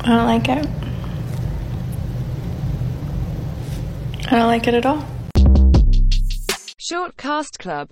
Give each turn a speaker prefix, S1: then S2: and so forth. S1: I don't like it. I don't like it at all.
S2: Short Cast Club